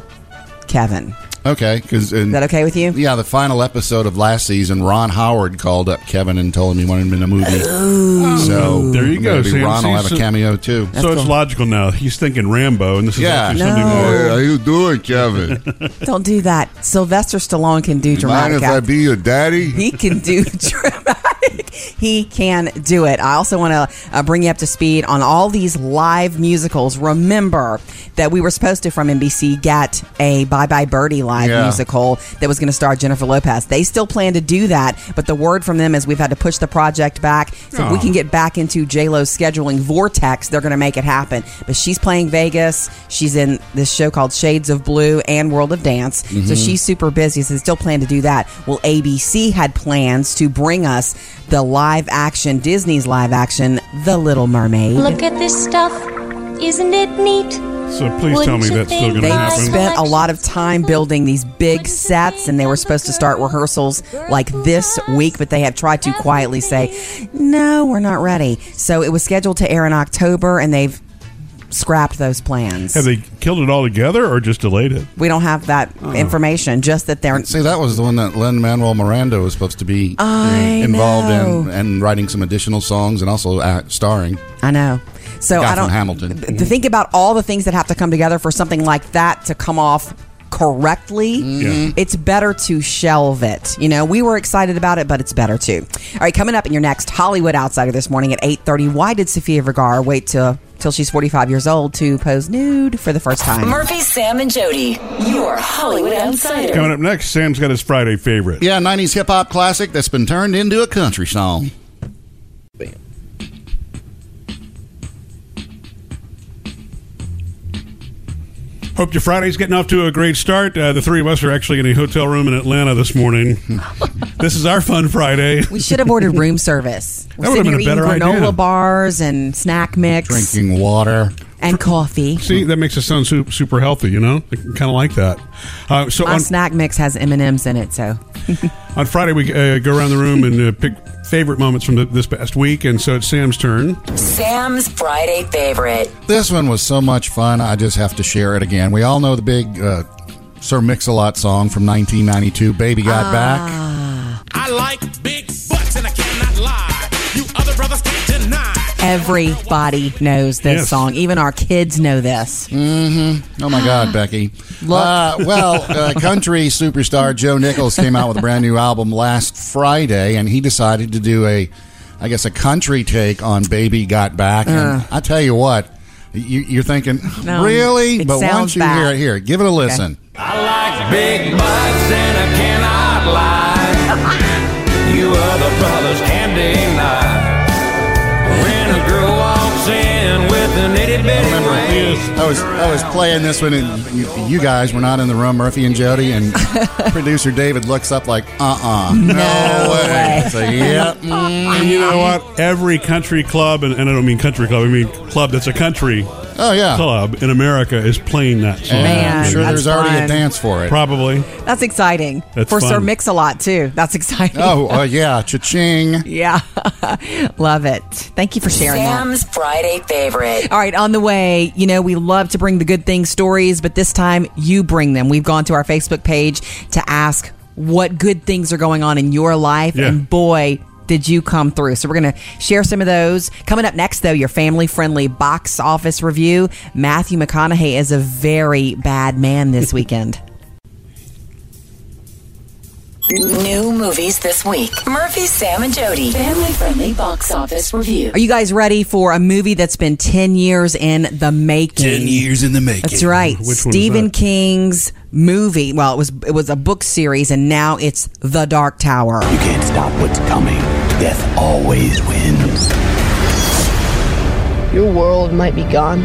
S3: Kevin.
S2: Okay, because is
S3: that okay with you?
S2: Yeah, the final episode of last season, Ron Howard called up Kevin and told him he wanted him in a movie. So
S1: there you go.
S2: maybe
S1: Sam.
S2: Ron
S1: See,
S2: will have
S1: so-
S2: a cameo too.
S1: So it's logical now. He's thinking Rambo, and this is
S2: Yeah.
S1: actually something
S2: No.
S1: more.
S2: Hey, how you doing, Kevin?
S3: Don't do that. Sylvester Stallone can do dramatic. act-
S2: be your daddy?
S3: He can do dramatic. He can do it. I also want to uh, bring you up to speed on all these live musicals. Remember that we were supposed to, from NBC, get a Bye Bye Birdie live
S14: Yeah.
S3: musical that was going to star Jennifer Lopez. They still plan to do that, but the word from them is we've had to push the project back. So if we
S14: Aw.
S3: can get back into J-Lo's scheduling vortex, they're going to make it happen. But she's playing Vegas. She's in this show called Shades of Blue and World of Dance. So
S14: Mhm.
S3: she's super busy, so they still plan to do that. Well, ABC had plans to bring us the live action, Disney's live action, The Little Mermaid.
S15: Look at this stuff. Isn't it neat?
S1: So please tell
S15: Wouldn't
S1: me
S15: you
S1: that's still
S15: think
S1: going to
S15: I
S1: happen.
S3: Spent a lot of time building these big sets, and they were supposed to start rehearsals like this week, but they have tried to quietly say, No, we're not ready. So it was scheduled to air in October, and they've scrapped those plans.
S1: Have they Oh. killed it all together or just delayed it?
S3: we don't have that information, just that they're.
S2: See, that was the one that Lynn Manuel Miranda was supposed to be
S3: I
S2: involved
S3: know.
S2: in and writing some additional songs and also act, starring.
S3: I know. So
S2: guy
S3: I don't.
S2: from Hamilton.
S3: th- to think about all the things that have to come together for something like that to come off correctly
S2: Mm-hmm.
S14: Yeah.
S3: it's better to shelve it you know we were excited about it but it's better to all right coming up in your next hollywood outsider this morning at 8.30 why did sophia vergara wait till till she's 45 years old to pose nude for the first time
S5: Murphy, Sam, and Jody, your Hollywood Outsider.
S1: Coming up next, Sam's got his Friday favorite.
S2: Yeah, 90s hip hop classic that's been turned into a country song.
S1: Hope your Friday's getting off to a great start. Uh, the three of us are actually in a hotel room in Atlanta this morning. this is our fun Friday.
S3: we should have ordered room service we're
S1: That would've
S3: sitting
S1: been
S3: here
S1: a
S3: eating
S1: better
S3: granola
S1: idea.
S3: bars and snack mix
S2: Drinking water.
S3: and coffee
S1: See, that makes it sound su- super healthy, you know? I kind of like that. Uh, so
S3: my
S1: on,
S3: snack mix has m&ms in it so
S1: On Friday, we uh, go around the room and uh, pick favorite moments from the, this past week, and so it's Sam's turn.
S5: Sam's Friday favorite.
S2: This one was so much fun. I just have to share it again. We all know the big uh, Sir Mix-a-Lot song from 1992, "Baby Got
S14: Ah.
S2: Back."
S12: I like big butts and I cannot lie. You other brothers can't deny.
S3: Everybody knows this
S2: Yes.
S3: song. Even our kids know this.
S2: Mm-hmm. Oh my God, Becky. Uh, well, uh, country superstar Joe Nichols came out with a brand new album last Friday, and he decided to do a, I guess, a country take on "Baby Got Back." And
S14: Ugh.
S2: I tell you what, you, you're thinking,
S14: No,
S2: really?
S14: it
S2: But
S14: sounds
S2: once you hear
S14: bad.
S2: it, here, give it a listen.
S12: Big butts and I cannot lie. You other brothers can't deny. When a girl walks in with an itty bitty waist.
S2: I was I was playing this one, and you, you guys were not in the room, Murphy and Jody, and producer David looks up like, uh-uh, no, way. So, yep.
S1: And you know what? Every country club, and, and I don't mean country club, I mean club that's a country
S2: oh, yeah.
S1: club in America is playing that song.
S3: Man, I'm sure that's there's already a fun. dance
S2: for it.
S1: Probably.
S3: That's exciting.
S1: That's
S3: For Sir
S1: fun.
S3: Mix a Lot, too. That's exciting.
S2: Oh, uh, yeah, cha-ching.
S3: yeah. Love it. Thank you for sharing that.
S5: Sam's Friday favorite.
S3: All right, on the way, you know, we love to bring the good thing stories, but this time you bring them. We've gone to our Facebook page to ask what good things are going on in your life,
S16: Yeah.
S3: and boy, did you come through. So we're going to share some of those. Coming up next, though, your family friendly box office review. Matthew McConaughey is a very bad man this weekend.
S5: New movies this week. Murphy, Sam, and Jody. Family friendly box office review.
S3: Are you guys ready for a movie that's been 10 years in the making?
S7: 10 years in the making.
S3: That's right.
S7: Which one was
S3: Stephen
S7: that?
S3: King's movie. Well, it was it was a book series and now it's The Dark Tower. You
S7: can't stop what's coming. Death always wins.
S8: Your world might be gone,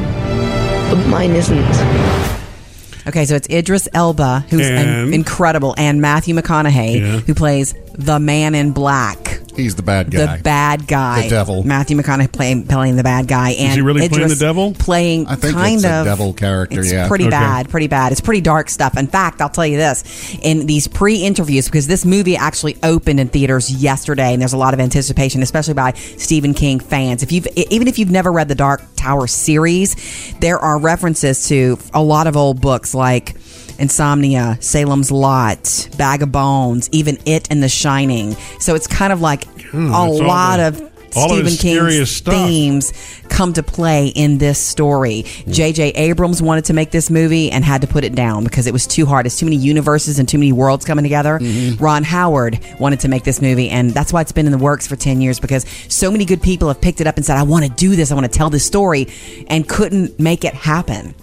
S8: but mine isn't.
S3: Okay, so it's Idris Elba who's an-
S2: And?
S3: incredible and Matthew McConaughey
S2: Yeah.
S3: who plays the man in black.
S2: He's the bad guy.
S3: The bad guy.
S2: The devil.
S3: Matthew McConaughey playing playing the bad guy and
S2: he really playing
S3: Idris
S2: the devil?
S3: Playing
S2: I think
S3: kind
S2: it's
S3: of
S2: a devil character,
S3: It's
S2: yeah.
S3: pretty bad, pretty bad. It's pretty dark stuff. In fact, I'll tell you this in these pre interviews, because this movie actually opened in theaters yesterday, and there's a lot of anticipation, especially by Stephen King fans. If you've e-, even if you've never read the Dark Tower series, there are references to a lot of old books like Insomnia, Salem's Lot, Bag of Bones, even It and The Shining. So it's kind of like
S1: Hmm,
S3: a
S1: that's all
S3: lot
S1: the-
S3: of
S1: all of
S3: Stephen
S1: his
S3: King's
S1: scariest stuff.
S3: themes come to play in this story.
S1: Mm.
S3: J.J. Abrams wanted to make this movie and had to put it down because it was too hard. It's too many universes and too many worlds coming together.
S1: Mm-hmm.
S3: Ron Howard wanted to make this movie, and that's why it's been in the works for 10 years because so many good people have picked it up and said, I want to do this, I want to tell this story, and couldn't make it happen.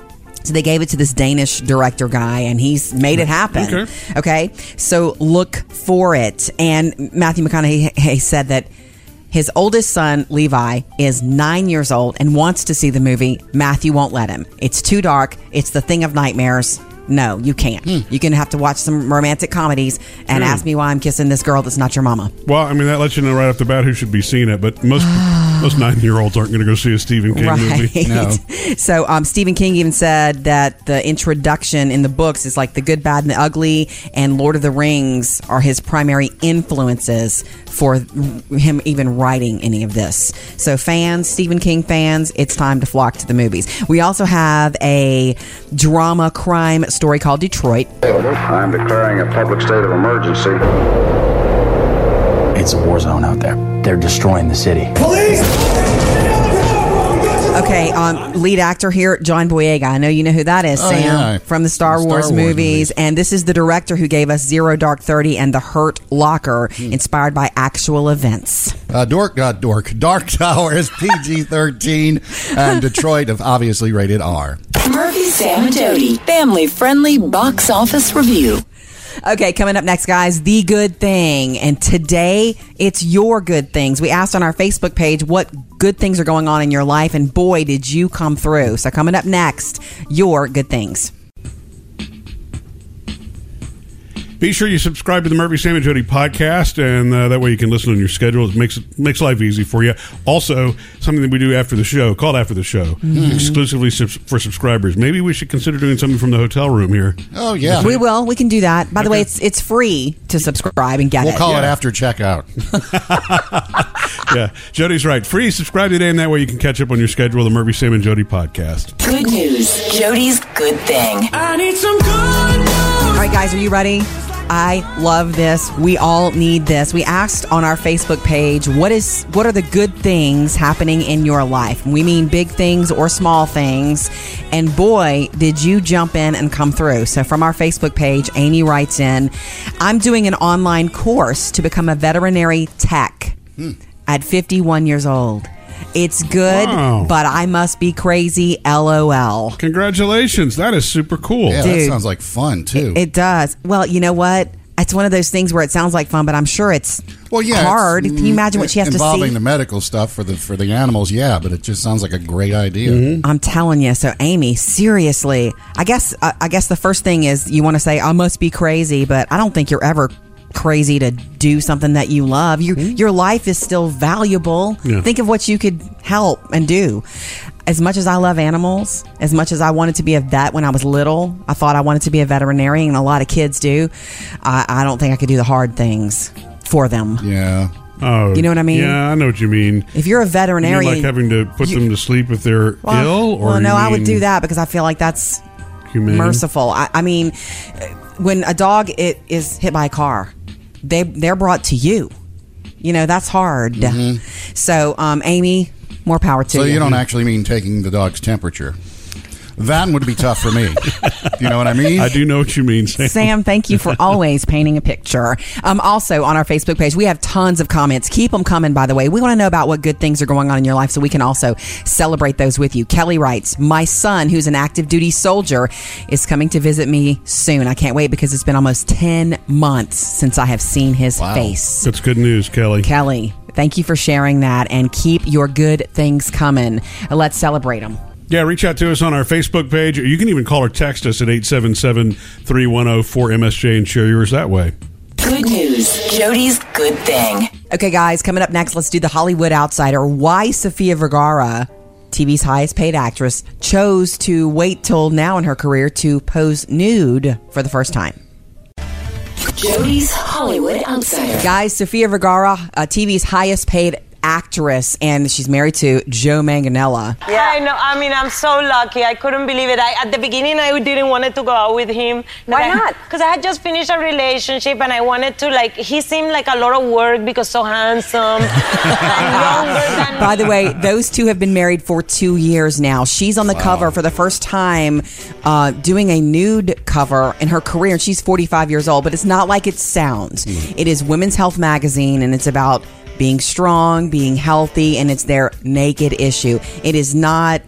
S3: So they gave it to this Danish director guy, and he's made
S1: Mm.
S3: it happen.
S16: Okay.
S3: Okay. So look for it. And Matthew McConaughey he said that his oldest son, Levi, is nine years old and wants to see the movie. Matthew won't let him. It's too dark. It's the thing of nightmares. No, you can't. You can have to watch some romantic comedies and
S1: Hmm.
S3: ask me why I'm kissing this girl that's not your mama.
S1: Well, I mean, that lets you know right off the bat who should be seeing it, but most most nine year olds aren't going to go see a Stephen King movie.
S3: Right. So um, Stephen King even said that the introduction in the books is like the good, bad, and the ugly, and Lord of the Rings are his primary influences for him even writing any of this. So fans, Stephen King fans, it's time to flock to the movies. We also have a drama crime story called Detroit.
S9: I'm declaring a public state of emergency.
S7: It's a war zone out there. They're destroying the city.
S3: Okay, um, lead actor here, John Boyega. I know you know who that is,
S7: Oh,
S3: Sam,
S7: yeah.
S3: from the Star,
S7: Star
S3: Wars,
S7: Wars
S3: movies. And this is the director who gave us Zero Dark Thirty and The Hurt Locker, inspired by actual events.
S2: Uh, dork, uh, dork. Dark Tower is PG 13, and Detroit have obviously rated R.
S5: Murphy, Sam, and Jody. Family friendly box office review.
S3: Okay, coming up next, guys, The Good Thing. And today, it's your good things. We asked on our Facebook page what good things are going on in your life, and boy, did you come through. So, coming up next, your good things.
S1: Be sure you subscribe to the Murphy Sam and Jody podcast, and uh, that way you can listen on your schedule. It makes it makes life easy for you. Also, something that we do after the show, called after the show,
S3: Mhm.
S1: exclusively subs- for subscribers. Maybe we should consider doing something from the hotel room here.
S2: Oh
S3: we will. We can do that. By the way, it's it's free to subscribe and get
S1: We'll
S3: it.
S1: call it
S2: after checkout.
S1: yeah, Jody's right. Free, subscribe today, and that way you can catch up on your schedule. The Murphy Sam and Jody podcast.
S5: Good news. Jody's good thing. I need some
S3: All right, guys, are you ready? I love this. We all need this. We asked on our Facebook page, what is what are the good things happening in your life? We mean big things or small things. And boy, did you jump in and come through. So from our Facebook page, Amy writes in, I'm doing an online course to become a veterinary tech at 51 years old. It's good,
S1: Wow.
S3: but I must be crazy. LOL.
S1: Congratulations, that is super cool.
S3: Yeah, that Dude. sounds
S2: like fun too.
S3: It does. Well, you know what? It's one of those things where it sounds like fun, but I'm sure it's
S2: well, yeah, it's-
S3: hard. Can you imagine what she has to
S2: involving
S3: see?
S2: the medical stuff for the for the animals? Yeah, but it just sounds like a great idea.
S3: I'm telling you. So, Amy, seriously, I guess uh, I, I guess the first thing is you want to say I must be crazy, but I don't think you're ever crazy to do something that you love. Your
S1: Hmm?
S3: your life is still valuable.
S14: Yeah.
S3: Think of what you could help and do. As much as I love animals, as much as I wanted to be a vet when I was little, I thought I wanted to be a veterinarian, and a lot of kids do. I, I don't think I could do the hard things for them.
S2: Yeah.
S1: Oh,
S3: You know what I mean?
S1: Yeah, I know what you mean.
S3: If you're a
S1: You mean
S3: veterinarian,
S1: like having to put them to sleep if they're
S3: Well,
S1: ill, or
S3: well,
S1: you
S3: no, I would
S1: mean
S3: do that because I feel like that's
S1: humane?
S3: merciful. I, I mean, uh, when a dog it is hit by a car, they they're brought to you. You know that's hard. So, um, Amy, more power to
S2: So
S3: you.
S2: you don't actually mean taking the dog's temperature. That would be tough for me. you know what I mean? I
S1: do know what you mean,
S3: Sam, thank you for always painting a picture. Um, also, on our Facebook page, we have tons of comments. Keep them coming, by the way. We want to know about what good things are going on in your life so we can also celebrate those with you. Kelly writes My son, who's an active duty soldier, is coming to visit me soon. I can't wait because it's been almost 10 months since I have seen his face.
S1: That's good news, Kelly.
S3: Kelly, thank you for sharing that and keep your good things coming. Let's celebrate them.
S1: Yeah, reach out to us on our Facebook page. or You can even call or text us at 877 310 4MSJ and share yours that way.
S5: good news. Jody's good thing.
S3: Okay, guys, coming up next, let's do the Hollywood Outsider. Why Sofia Vergara, TV's highest paid actress, chose to wait till now in her career to pose nude for the first time.
S5: Jody's Hollywood Outsider.
S3: Guys, Sofia Vergara, uh, TV's highest paid actress, and she's married to Joe Manganella.
S6: Yeah, I know. I mean, I'm so lucky. I couldn't believe it. I, at the beginning, I didn't wanted to go out with him. Why not? Because I had just finished a relationship, and I wanted to like. He seemed like a lot of work because so handsome.
S3: By the way, those two have been married for two years now. She's on the cover for the first time, uh, doing a nude cover in her career. She's 45 years old, but it's not like it sounds. It is Women's Health Magazine, and it's about being strong, being healthy, and it's their naked issue. It is not.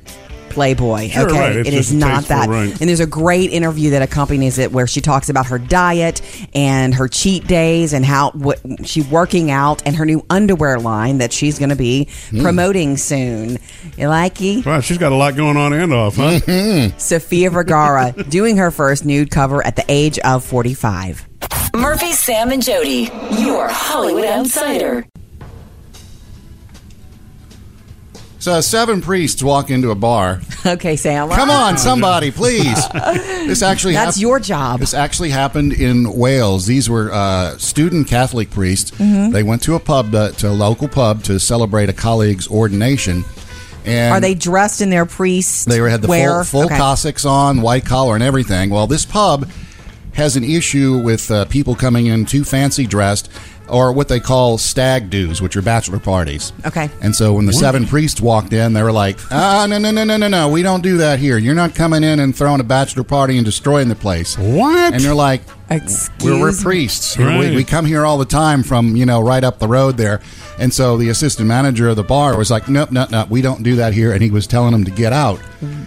S3: Playboy.
S1: Sure,
S3: okay.
S1: right. It's
S3: It
S1: just
S3: is not
S1: tasteful,
S3: that.
S1: right.
S3: And there's a great interview that accompanies it where she talks about her diet and her cheat days and how what she working out and her new underwear line that she's going to be promoting soon. You likey?
S1: Wow, she's got a lot going on and off, huh?
S3: Sophia Vergara doing her first nude cover at the age of 45.
S5: Murphy, Sam, and Jody. Your Hollywood Outsider.
S2: So seven priests walk into a bar.
S3: Okay, Sam.
S2: Come on, somebody, please. This actually
S3: That's
S2: hap-
S3: your job.
S2: This actually happened in Wales. These were uh, student Catholic priests.
S3: Mhm.
S2: They went to a pub to, to a local pub to celebrate a colleague's ordination. And
S3: Are they dressed in their priest?
S2: They had the full,
S3: wear?
S2: full
S3: Okay.
S2: Cossacks on, white collar, and everything. Well, this pub has an issue with uh, people coming in too fancy dressed, or what they call stag do's, which are bachelor parties.
S3: Okay.
S2: And so when the
S3: What?
S2: seven priests walked in, they were like, "Ah, no, no, no, no, no, no, we don't do that here. You're not coming in and throwing a bachelor party and destroying the place."
S1: What?
S2: And they're like,
S3: "Excuse
S2: we're
S3: me?"
S2: priests.
S1: Right.
S2: We, we come here all the time from you know right up the road there." And so the assistant manager of the bar was like, "Nope, nope, nope, we don't do that here," and he was telling them to get out.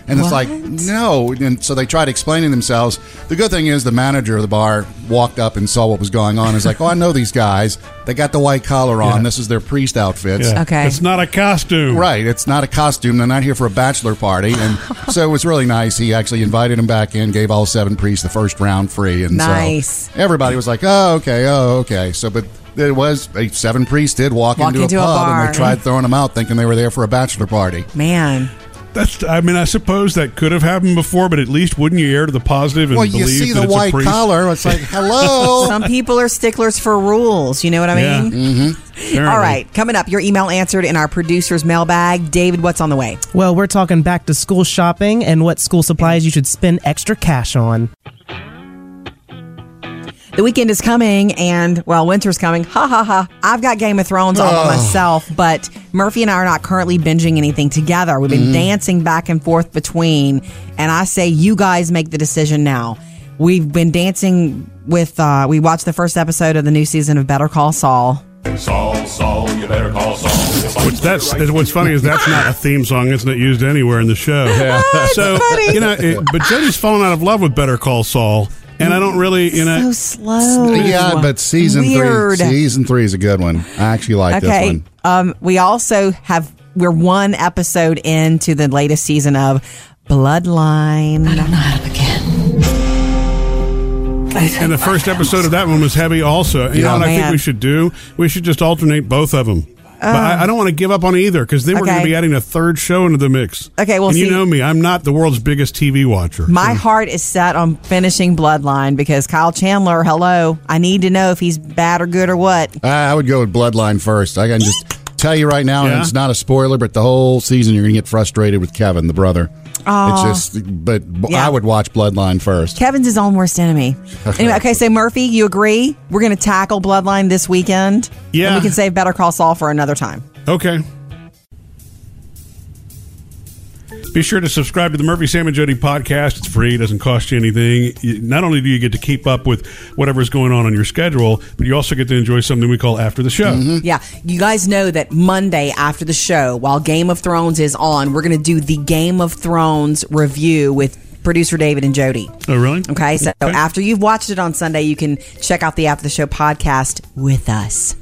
S2: And it's like, no. And so they tried explaining themselves. The good thing is the manager of the bar walked up and saw what was going on. Is like, oh, I know these guys. They got the white collar on. This is their priest outfits.
S1: Yeah. Okay. It's not a costume.
S2: Right. It's not a costume. They're not here for a bachelor party. And so it was really nice. He actually invited him back in, gave all seven priests the first round free. And so
S3: Nice.
S2: everybody was like, oh, okay, oh, okay. So, but it was, eh, seven priests did walk,
S3: Walk
S2: into,
S3: into a
S2: a pub and
S3: bar.
S2: they tried throwing them out thinking they were there for a bachelor party.
S3: Man.
S1: That's. I mean, I suppose that could have happened before, but at least wouldn't you err to the positive and
S2: Well, you
S1: believe
S2: see
S1: that
S2: the
S1: it's a
S2: white
S1: priest?
S2: collar. It's like, hello.
S3: Some people are sticklers for rules. You know what I
S1: Yeah.
S3: mean?
S1: Mm-hmm.
S3: All right. Coming up, your email answered in our producer's mailbag. David, what's on the way?
S4: Well, we're talking back to school shopping and what school supplies you should spend extra cash on.
S3: The weekend is coming, and well, winter's coming. Ha ha ha! I've got Game of Thrones all
S14: Oh.
S3: by myself, but Murphy and I are not currently binging anything together. We've been
S14: Mhm.
S3: dancing back and forth between, and I say you guys make the decision now. We've been dancing with. Uh, we watched the first episode of the new season of Better Call Saul.
S12: Saul, Saul, you better call Saul.
S1: Which that's is- what's funny is that's not a theme song. It's not used anywhere in the show. so you know, it, but Jody's fallen out of love with Better Call Saul, and I don't really you know.
S3: slow.
S2: Yeah, but season
S3: Weird.
S2: three, season three is a good one. I actually like this
S3: okay.
S2: one.
S3: Um, we also have. We're one episode into the latest season of Bloodline. I don't know how to
S1: And the first episode of that one was heavy, also. You
S3: Yeah.
S1: know what I think
S3: Man.
S1: we should do? We should just alternate both of them. but I, I don't want to give up on either because then we're going
S3: Okay.
S1: to be adding a third show into the mix.
S3: Okay, well,
S1: and you
S3: see-
S1: know me, I'm not the world's biggest TV watcher.
S3: My heart is set on finishing Bloodline because Kyle Chandler, hello, I need to know if he's bad or good or what.
S2: I I would go with Bloodline first. I can just tell you right now,
S3: Yeah.
S2: and it's not a spoiler, but the whole season you're going to get frustrated with Kevin, the brother.
S3: Aw.
S2: It's just, but b-
S3: Yeah.
S2: I would watch Bloodline first.
S3: Kevin's his own worst enemy. Anyway, okay, so Murphy, you agree? We're going to tackle Bloodline this weekend.
S1: Yeah.
S3: And we can save Better Call Saul for another time.
S1: Okay. Be sure to subscribe to the Murphy Sam and Jody podcast. It's free; it doesn't cost you anything. You- Not only do you get to keep up with whatever's going on on your schedule, but you also get to enjoy something we call after the show.
S3: Yeah. You guys know that Monday after the show, while Game of Thrones is on, we're going to do the Game of Thrones review with producer David and Jody.
S1: Oh, really?
S3: Okay, so
S1: Okay.
S3: after you've watched it on Sunday, you can check out the After the Show podcast with us.